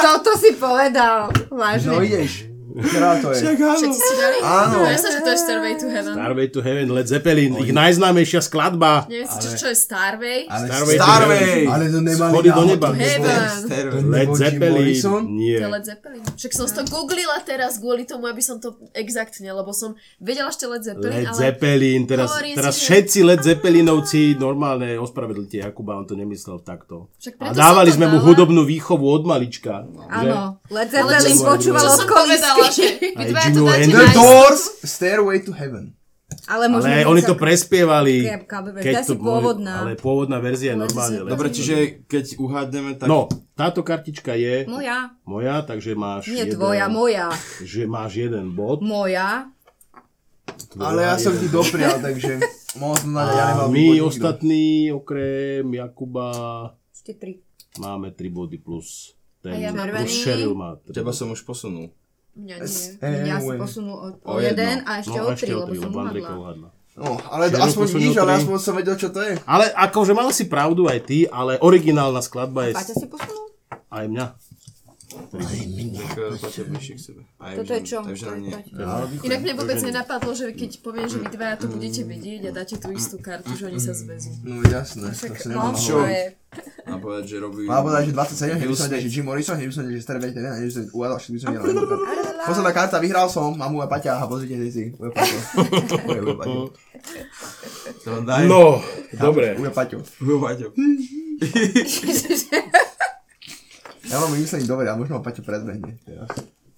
Toto si povedal, vážne. No ideš. Král to je. áno. Všetci si dali? Áno. No, jasné, že to je Stairway to Heaven. Starway to Heaven, Led Zeppelin, ich najznámejšia skladba. Neviem si, čo, čo je Starway. Ale Starway to Starway. Heaven. Ale to nemali Schody do náhodou. neba. Heaven. Stairway. Led Nebo Jim Zeppelin, Morrison? nie. To je Led Zeppelin. Však som si to googlila teraz kvôli tomu, aby som to exaktne, lebo som vedela ešte Led Zeppelin, Led ale... Zeppelin, teraz, Hovorím si, teraz že- všetci Led Zeppelinovci normálne ospravedlite Jakuba, on to nemyslel takto. Však A preto som dávali to sme mu dala. hudobnú výchovu od malička. že? Áno, Led Zeppelin čo som- počúval čo od som povedala, myslela, že vy Aj dvaja Jimi to dáte Hendrix. The Nice. na Doors, Stairway to Heaven. Ale, možno Ale by oni sa- to prespievali. Krem Cabernet, tá si boli- pôvodná. Ale pôvodná verzia je Ale to normálne. si- len- Dobre, čiže keď uhádneme, tak... No, táto kartička je Moja. moja, takže máš Nie jeden, tvoja, moja. že máš jeden bod. Moja. Ale ja som ti doprial, takže mohol som na ja A nemal my výborný ostatní, okrem Jakuba, 4-3. máme 3 body plus ten, A ja mám plus červený. Cheryl má 3 Teba som už posunul. Mňa nie. nikto. Ja Anyway. som posunul o, o, O jedno. jeden a ešte no, o a ešte tri, lebo som Andrejka uhadla. uhadla. No, ale Čiže aspoň posunul vidíš, ale tri. aspoň som vedel, čo to je. Ale akože mal si pravdu aj ty, ale originálna skladba je Paťa si posunul? aj mňa. Tak eh, Paťa bližšie k sebe. Aj už Toto je nám- čo? Takže To nám je nie. Paťa. No, Inak mne vôbec nenapadlo, že keď poviem, že vy dvaja to budete vedieť a dáte tú istú kartu, že oni sa zväzú. No jasné, Však, to si no, nemohol. to Čo? je- A povedať, že robí... Má povedať, že 27, keby som vedel, Smith. že Jim Morrison, keby som vedel, že starý vedel, keby som uvádal, všetky by som vedel. Posledná karta, vyhral som, mamu a Paťa, aha, pozrite si si, uje Paťo. Uje, uje Paťo. No, daj. No, dobre. Uje Paťo. Hu, Paťo. Hm. Ja mám vymyslený dobre, a možno ma Paťo predbehne. teraz.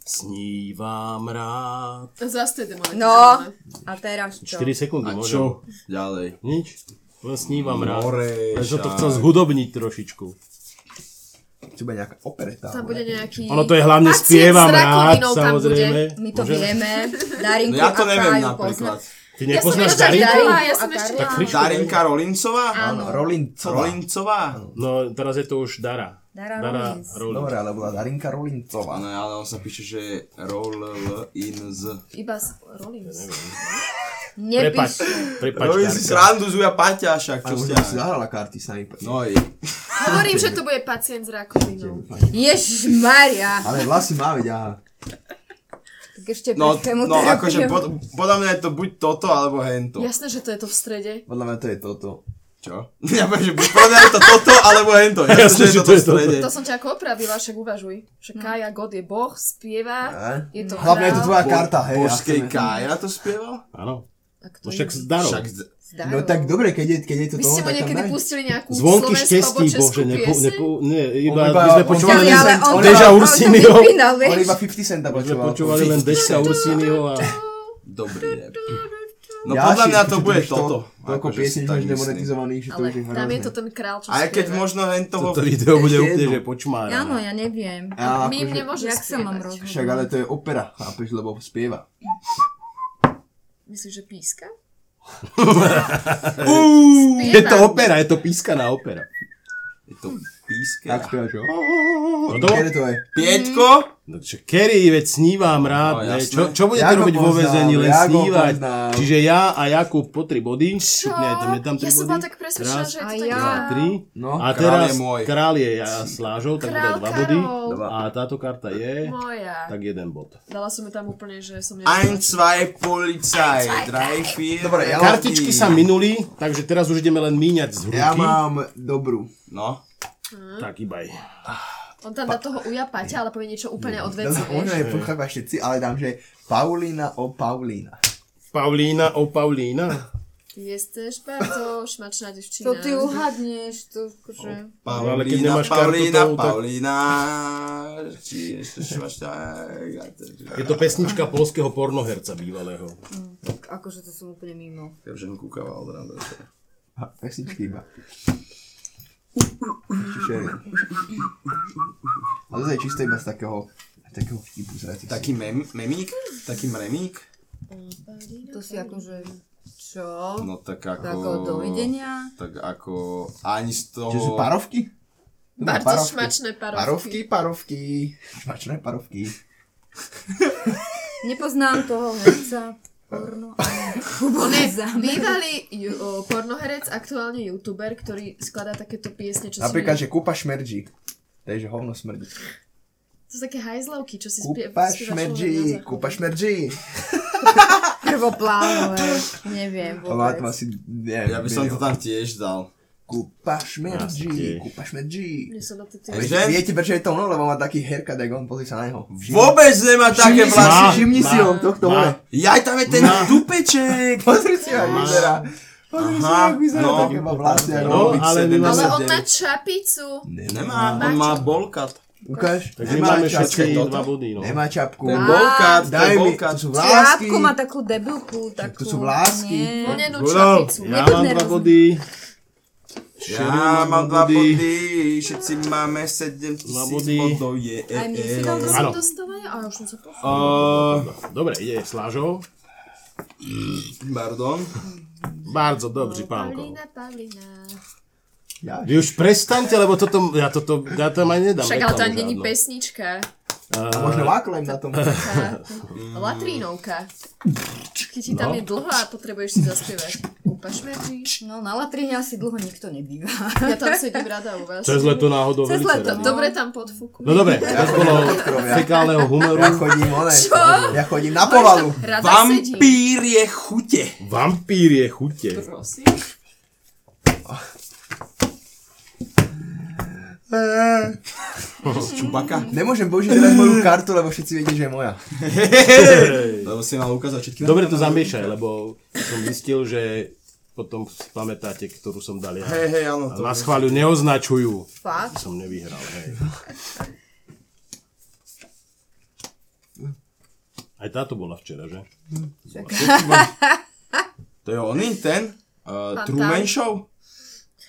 Snívam rád. Zas to je demonetizované. No, a teraz čo? 4 sekundy A môžem. čo? Ďalej. Nič. Len snívam rád. More, Ja som to šaj. chcel zhudobniť trošičku. Čo bude nejaká opereta. Tam bude nejaký... Ono to je hlavne (laughs) pacient s spievam rád, rakovinou tam samozrejme. My to Môžem? (laughs) vieme. Darinku No ja to a neviem Kaju napríklad. poznáš. Ty Ja som nepoznáš ešte Darinku? Darila, ja som A ešte Karla. Darila. Fričko, Darinka Rolincová? Áno. Rolincová. Rolincová? No, teraz je to už Dara. Dara Rollins. Rollins. Dobre, ale bola Darinka Rolincová. Áno, No, ale on sa píše, že Roll L in z. Iba s Rollins. Prepač, Nepíš. prepač, Robím No, si Darka. srandu z Uja Paťa, však Ale čo možno ste. by si zahrala karty sami. No i. Hovorím, že to bude pacient s rakovinou. Ježišmaria. Ale vlasy má veď, aha. Tak ešte (laughs) No, pred chemoterapiou. no akože pod, podľa mňa je to buď toto, alebo hento. Jasné, že to je to v strede. Podľa mňa to je toto. Čo? (laughs) Ja poviem, že buď podľa mňa je to toto, alebo hento. Ja Jasné, som, že je toto v strede. To som ťa ako opravila, však uvažuj. Že No. Kaja God je boh, spieva, Eh? je to Hlavne je to král. tvoja karta, hej. ja Božskej chcem- Kája to spieval? Áno. A kto No však je- s Darou. Však z- Zdarov. No tak dobre, keď je, keď je to Vy toho, ste tak mu tam niekedy daj. pustili nejakú Zvonky slovenskú šťastí, alebo českú bože, nepo, pieseň? nepo, ne, iba, iba- my sme on- počúvali Ale len on- Deža on to Ursínyho. vypínal, vieš. On iba 50 centa My sme počúval. počúvali len Deža Ursínyho a... Dobrý rap. No Ja podľa si- mňa to čo bude už toto. Toľko Akože si piesní už tak myslím. demonetizovaných, že to Ale už je tam je hrozné. to ten král, čo Aj keď spieva. možno hen toho... Toto video bude Ešte úplne, jednu. že počmára. Áno, ja neviem. Á, My im akože- nemôžeme Jak sa mám spievať. rozhodnúť? Však ale to je opera, chápeš, lebo spieva. Myslíš, že píska? Je to opera, je to pískaná opera. Je to píske. Tak spieva, čo? No to? Kedy to je? Pieťko? Mm. No, čo, Kerry, veď snívam rád. No, ne? jasné. Čo, čo budete Ja ho robiť vo poznám, väzení, len ja ho snívať? poznám. Čiže ja a Jakub po 3 body. Šupne, tam je tam 3 Ja body. som bola tak presvedčená, Raz, že je to A ten ja. dva, král. tri. No, a král teraz je môj. král je ja slážou, tak bude Král 2 body. Karol. A táto karta je, Moja. tak jeden bod. Dala som ju tam úplne, že som Ein, zwei, Polizei, drei, vier... Dobre, ja- Kartičky sa minuli, takže teraz už ideme len míňať z ruky. Ja mám dobrú. No. Tak ibaj. On tam dá toho uja Paťa, ale povie niečo úplne od veci, Dám- Možno vieš. je pochába všetci, ale dám, že Paulína o Paulína. Paulína, o Paulína. Jesteś bardzo smaczna dziewczyna. To ty uhadneš, to akože... No. ale keď nemáš kartu, Paulína, to- tak- Paulína, či ešte švašťák. Je to pesnička polského pornoherca bývalého. Akože to som úplne mimo. Ja už len kúkava od rána. do večera. Ha, Pesničky iba. Čiže... Ale to je čisto iba z takého, takého vtipu z recí. Taký mem, memík? Taký mremík? To si akože... Čo? No tak ako... Tak o dovidenia. Tak ako... Ani z toho... Čo sú parovky? To má Bardzo smaczne parówki. Parovky, parovky. Smačné parovky. Nepoznám toho herca. Porno. Huboleza. Bývalý ju- o, pornoherec, aktuálne youtuber, ktorý skladá takéto piesne, čo Napríklad, si... že kúpa šmerdží. Takže hovno smrdí. To sú také hajzlovky, čo si spie- Kúpa spievaš človek na šmerdží, záchode. kúpa šmerdží. Prvoplánové. Neviem To má tam vôbec. asi... neviem, Ja by som to milión. tam tiež dal. Kúpa šmerdží, Jasne. kúpa šmerdží. Mne sa na tieto- Ešte? Viete, então, viete, prečo je to ono? Lebo má taký haircut, ako on, pozri sa na neho. Vôbec nemá také si- vlasy. Má, všimni si má, on tohto má. hore. Jaj, tam je ten dupeček. Pozri si, ako vyzerá. Pozri si, Aha, ako vyzerá. no. Také má vlasy, ako No, on. ale my Ale on 79. No, má čapicu. Nemá, on má bolkat. Ukáž. Tak my máme všetci čapku. dva body, no. Nemá čapku. To je bolkát, to je Daj mi, bolkát. to sú vlásky. Vlásku má takú debilku. Takú, to sú vlásky. Nie. Vlnenú Gulov, čapicu. ja mám dva body. Šeril Ja mám dva body, všetci máme 7000 Dva body. bodov, je, e, Aj mne si e. dal To dva. som Áno. dostala ja, a ja už som sa pošla. Eh, Dobre, ide s Lážou. Pardon. Bardzo dobře, pánko. Pavlína, Pavlína. Ja, Vy už prestaňte, lebo toto, ja toto, ja tam aj nedám. Však ale to reklamu ani není žádnou. (laughs) pesnička. a možno láklem na tom. Tá latrínovka. Keď ti No. tam je dlho a potrebuješ si zaspievať. Upašme No na latrine asi dlho nikto nebýva. (laughs) Ja tam sedím rada u vás. Cez leto náhodou Cez velice leto, rád. no. Dobre tam pod fuku. No dobre, to bolo fekálneho Ja humoru. chodím, one. Čo? Ja chodím na povalu. Rada sedím. Vampír je chute. Vampír je chute. Prosím. Čubaka. Eh, Nemôžem použiť teraz moju kartu, lebo všetci viete, že je moja. Lebo si mal ukázať všetky. Dobre to zamiešaj, lebo som zistil, že potom si pamätáte, ktorú som dal ja. Hej, hej, áno. A To. na schváľu neoznačujú. Fakt? Som nevyhral, hej. Aj táto bola včera, že? to je oný, ten? Uh, Pán Truman Tam. Show?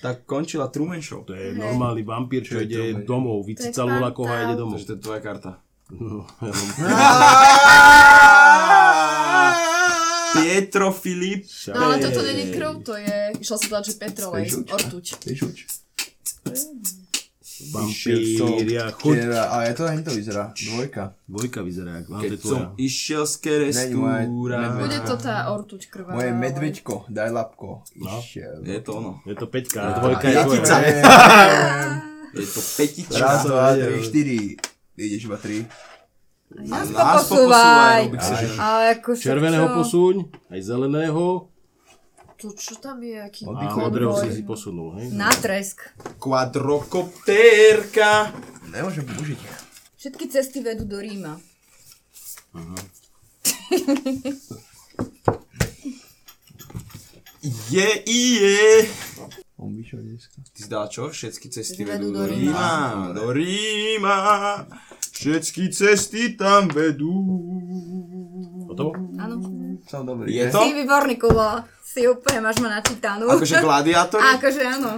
Tak končila Truman Show. To je normálny vampír, čo ide domov. Vycicalula koho a ide domov. Takže to je tvoja karta. No, ja mám (laughs) Pietro Filip. No ale toto není krv, to je... Išla som dať, že petrolej, ortuť. Vieš už. vampíria chuť. Včera, ale to ani to vyzerá. Dvojka. Dvojka vyzerá, ako Keď máte No, som tvoja. išiel z Není moje- kerestúra. Bude to tá ortuť krvá. Moje medveďko, daj labko. No. Išiel. Je to ono. Je to peťka, a dvojka je Jetica. tvoja. Je to petička. Raz, dva, vedel. tri, štyri. Ideš iba tri. Nás to posúvaj. robiť si, že- Ale ako však Červeného čo? posuň, aj zeleného. To čo tam je, aký... A modrého si si posunul, hej? Na tresk. Kvadrokoptérka. Nemôžem použiť. Všetky cesty vedú do Ríma. Je i je. On vyšiel dneska. Ty zdá čo? Všetky cesty Vedú vedú do do Ríma. Do Ríma. Všetky cesty tam (laughs) vedú. Hotovo? Áno. Som dobrý. Je že? to? Si výborný, Kubo. Si úplne, máš ma načítanú. Akože gladiátori? Akože Akože áno.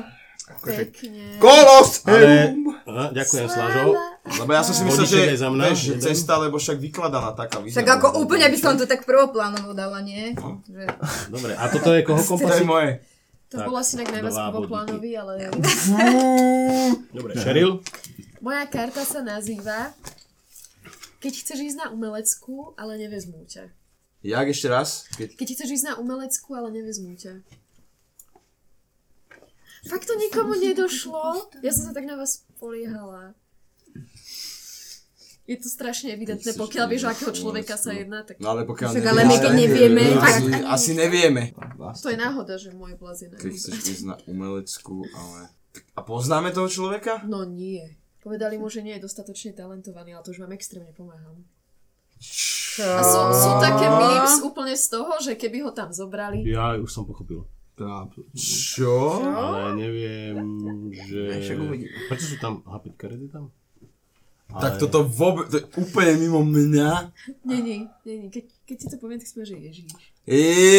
Pekne. Kolos! Ale... Aha, ďakujem, Slažo. Lebo ja som si myslel, že, Bodiček je za mnou, vieš, že jeden. cesta, lebo však vykladaná taká Však vyzerá. ako úplne no, by som to tak prvoplánovo dala, nie? Že... Dobre, a toto je koho To je kompasík? moje. To bol asi tak najviac dva prvoplánový, ale... Dobre, Cheryl. Moja karta sa nazýva keď chceš ísť na umeleckú, ale nevezmú ťa. Jak ešte raz? Keď... Keď chceš ísť na umeleckú, ale nevezmú ťa. Fakt to nikomu nedošlo. Ja som sa tak na vás poliehala. Je to strašne evidentné, pokiaľ vieš, o akého človeka sa jedná, tak No ale pokiaľ Však ale my keď nevieme, tak... asi, asi nevieme. to je náhoda, že môj blaz je na Keď ňom. chceš ísť na umeleckú, ale... A poznáme toho človeka? No nie. Povedali mu, že nie je dostatočne talentovaný, ale to už vám extrémne pomáham. A sú, sú také memes úplne z toho, že keby ho tam zobrali, Ja už som pochopil. Čo? Ale neviem, že... Však uvidíme. Prečo sú tam... Aha, 5 karety tam? Tak toto vôbec, to je úplne mimo mňa. Nie, nie, nie, nie. Keď, keď ti to poviem, tak si povieš, že Ježiš.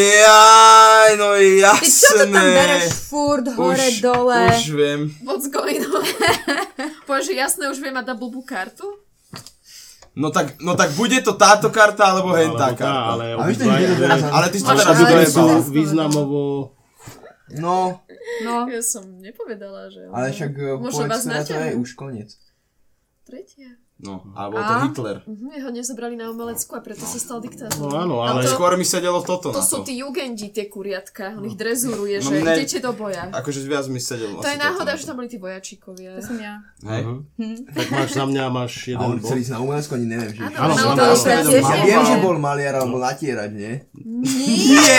Jaj, no jasné. Ty čo to tam bereš furt hore, už, dole? Už viem. What's going on? (laughs) povieš, že jasné, už viem mať blbú kartu? No tak, no tak bude to táto karta, alebo hen No, Alebo tá tá, karta. ale A víš, to obidvaja- je teraz... Ale ty si to Ale teraz ale obidvaja to sú dojebala. je- významovo... No, No, Ja som nepovedala, že... ale však eh, Možno povedz vás teda, to je naťahnem. už koniec. Tretia. No, alebo to A? Hitler. Mhm, jeho nezobrali na umelecku a preto sa No stal diktátorom. áno, ale... Ale to- Skôr mi sedelo toto na To sú to. tí jugendi, tie kuriatka. On ich drezúruje, No že ne- idete do boja. Akože viac mi sedelo. To je asi náhoda, toto. že tam boli tí vojačikovia. to som ja. Hej. Mhm. Tak máš za mňa, máš A jeden on bod. chcel ísť na umelecko, ani neviem, že... Áno, Áno, ale áno, No, to áno, už teraz áno, tiež Ja áno. viem, nebol. že bol maliar alebo natierať, nie? Nie!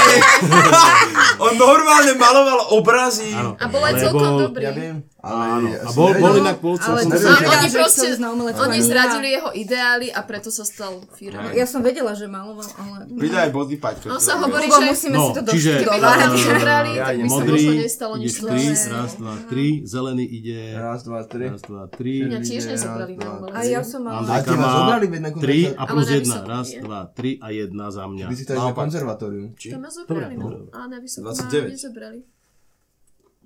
(laughs) On normálne maloval obrazy. Áno. A bol aj Lebo- celkom dobrý. Ja viem. Áno. ja A som bol, nevedel. bol inak polcov. Ale som si to som myslel, vedela, Oni že proste- chcel ísť na umelecké Oni umenie. zradili jeho ideály a preto sa stal No, firmou. Ja som vedela, že maloval, ale... Pridaj aj body paťko. No ty sa vole. hovorí, Kubo, že- musíme si to No, čiže- Dobre. Keby ho dodiskutovať. tam vyhrali, Ja tak by idem. sa modrý, možno nestalo nič ideš zlé. tri, raz, dva, tri, zelený ide, Raz, dva, tri. raz, dva, tri, Mňa tiež Ide, nezobrali raz, na dva, A umelecké. ja som mala... Andrejka A ti ma má zobrali v jednej 3 a plus konverzácii. Ale na 1. Raz, vysokú, nie? 2, 3 a 1 za mňa. Ty si to na Naopak. konzervatóriu. To ma zobrali, Dobre, no. A na vysokú 29. ma nezobrali.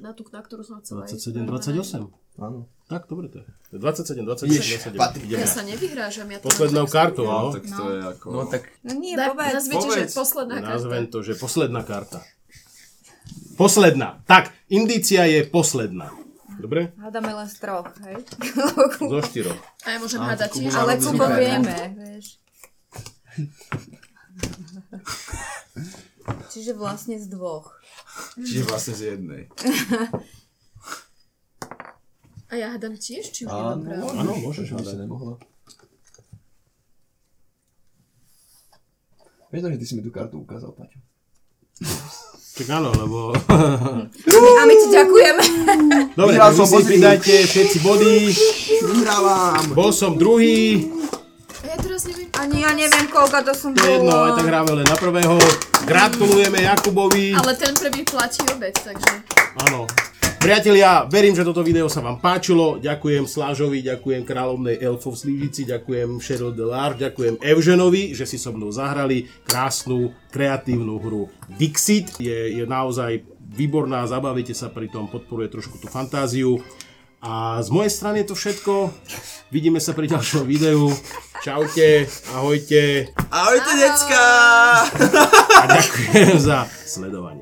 Na tú, na ktorú som chcela ísť. 27, 28. Áno. Tak, dobre to je. 27, 27, Ideš, 27. Patrik. Ideme. Ja sa nevyhrážam, ja to Poslednou kartou, No, no. tak to je ako... No tak No nie, Daj, povedz. nazvite, že Povedz. posledná karta. Nazvem to, že posledná karta. Posledná. Tak, indícia je posledná. Dobre? Hádame len z troch, hej? Zo štyroch. A ja môžem hádať tiež. Ale Kubo Super. vieme, vieš. Čiže vlastne z dvoch. Čiže vlastne z jednej. A ja hádam tiež, či už no. Áno. nemám právo. Áno, môžeš Čo by sa hádať. nemohlo? Vieš, že ty si mi tú kartu ukázal, Paťo. Čak áno, lebo... A my ti ďakujeme. Dobre, Vyhral tak vy som si body. pridajte všetci body. Vyhrávam! Bol som druhý. A ja teraz neviem. Ani ja neviem, koľko to som To je jedno, aj bola. tak hráme len na prvého. Gratulujeme Jakubovi. Ale ten prvý platí obed, takže... Áno. Priatelia, verím, že toto video sa vám páčilo. Ďakujem Slážovi, ďakujem kráľovnej Elfov Slívici, ďakujem Cheryl Delár, ďakujem Evženovi, že si so mnou zahrali krásnu, kreatívnu hru Dixit. Je, je naozaj výborná, zabavíte sa pri tom, podporuje trošku tú fantáziu. A z mojej strany je to všetko. Vidíme sa pri ďalšom videu. Čaute, ahojte Ahojte, decka! a ďakujem za sledovanie.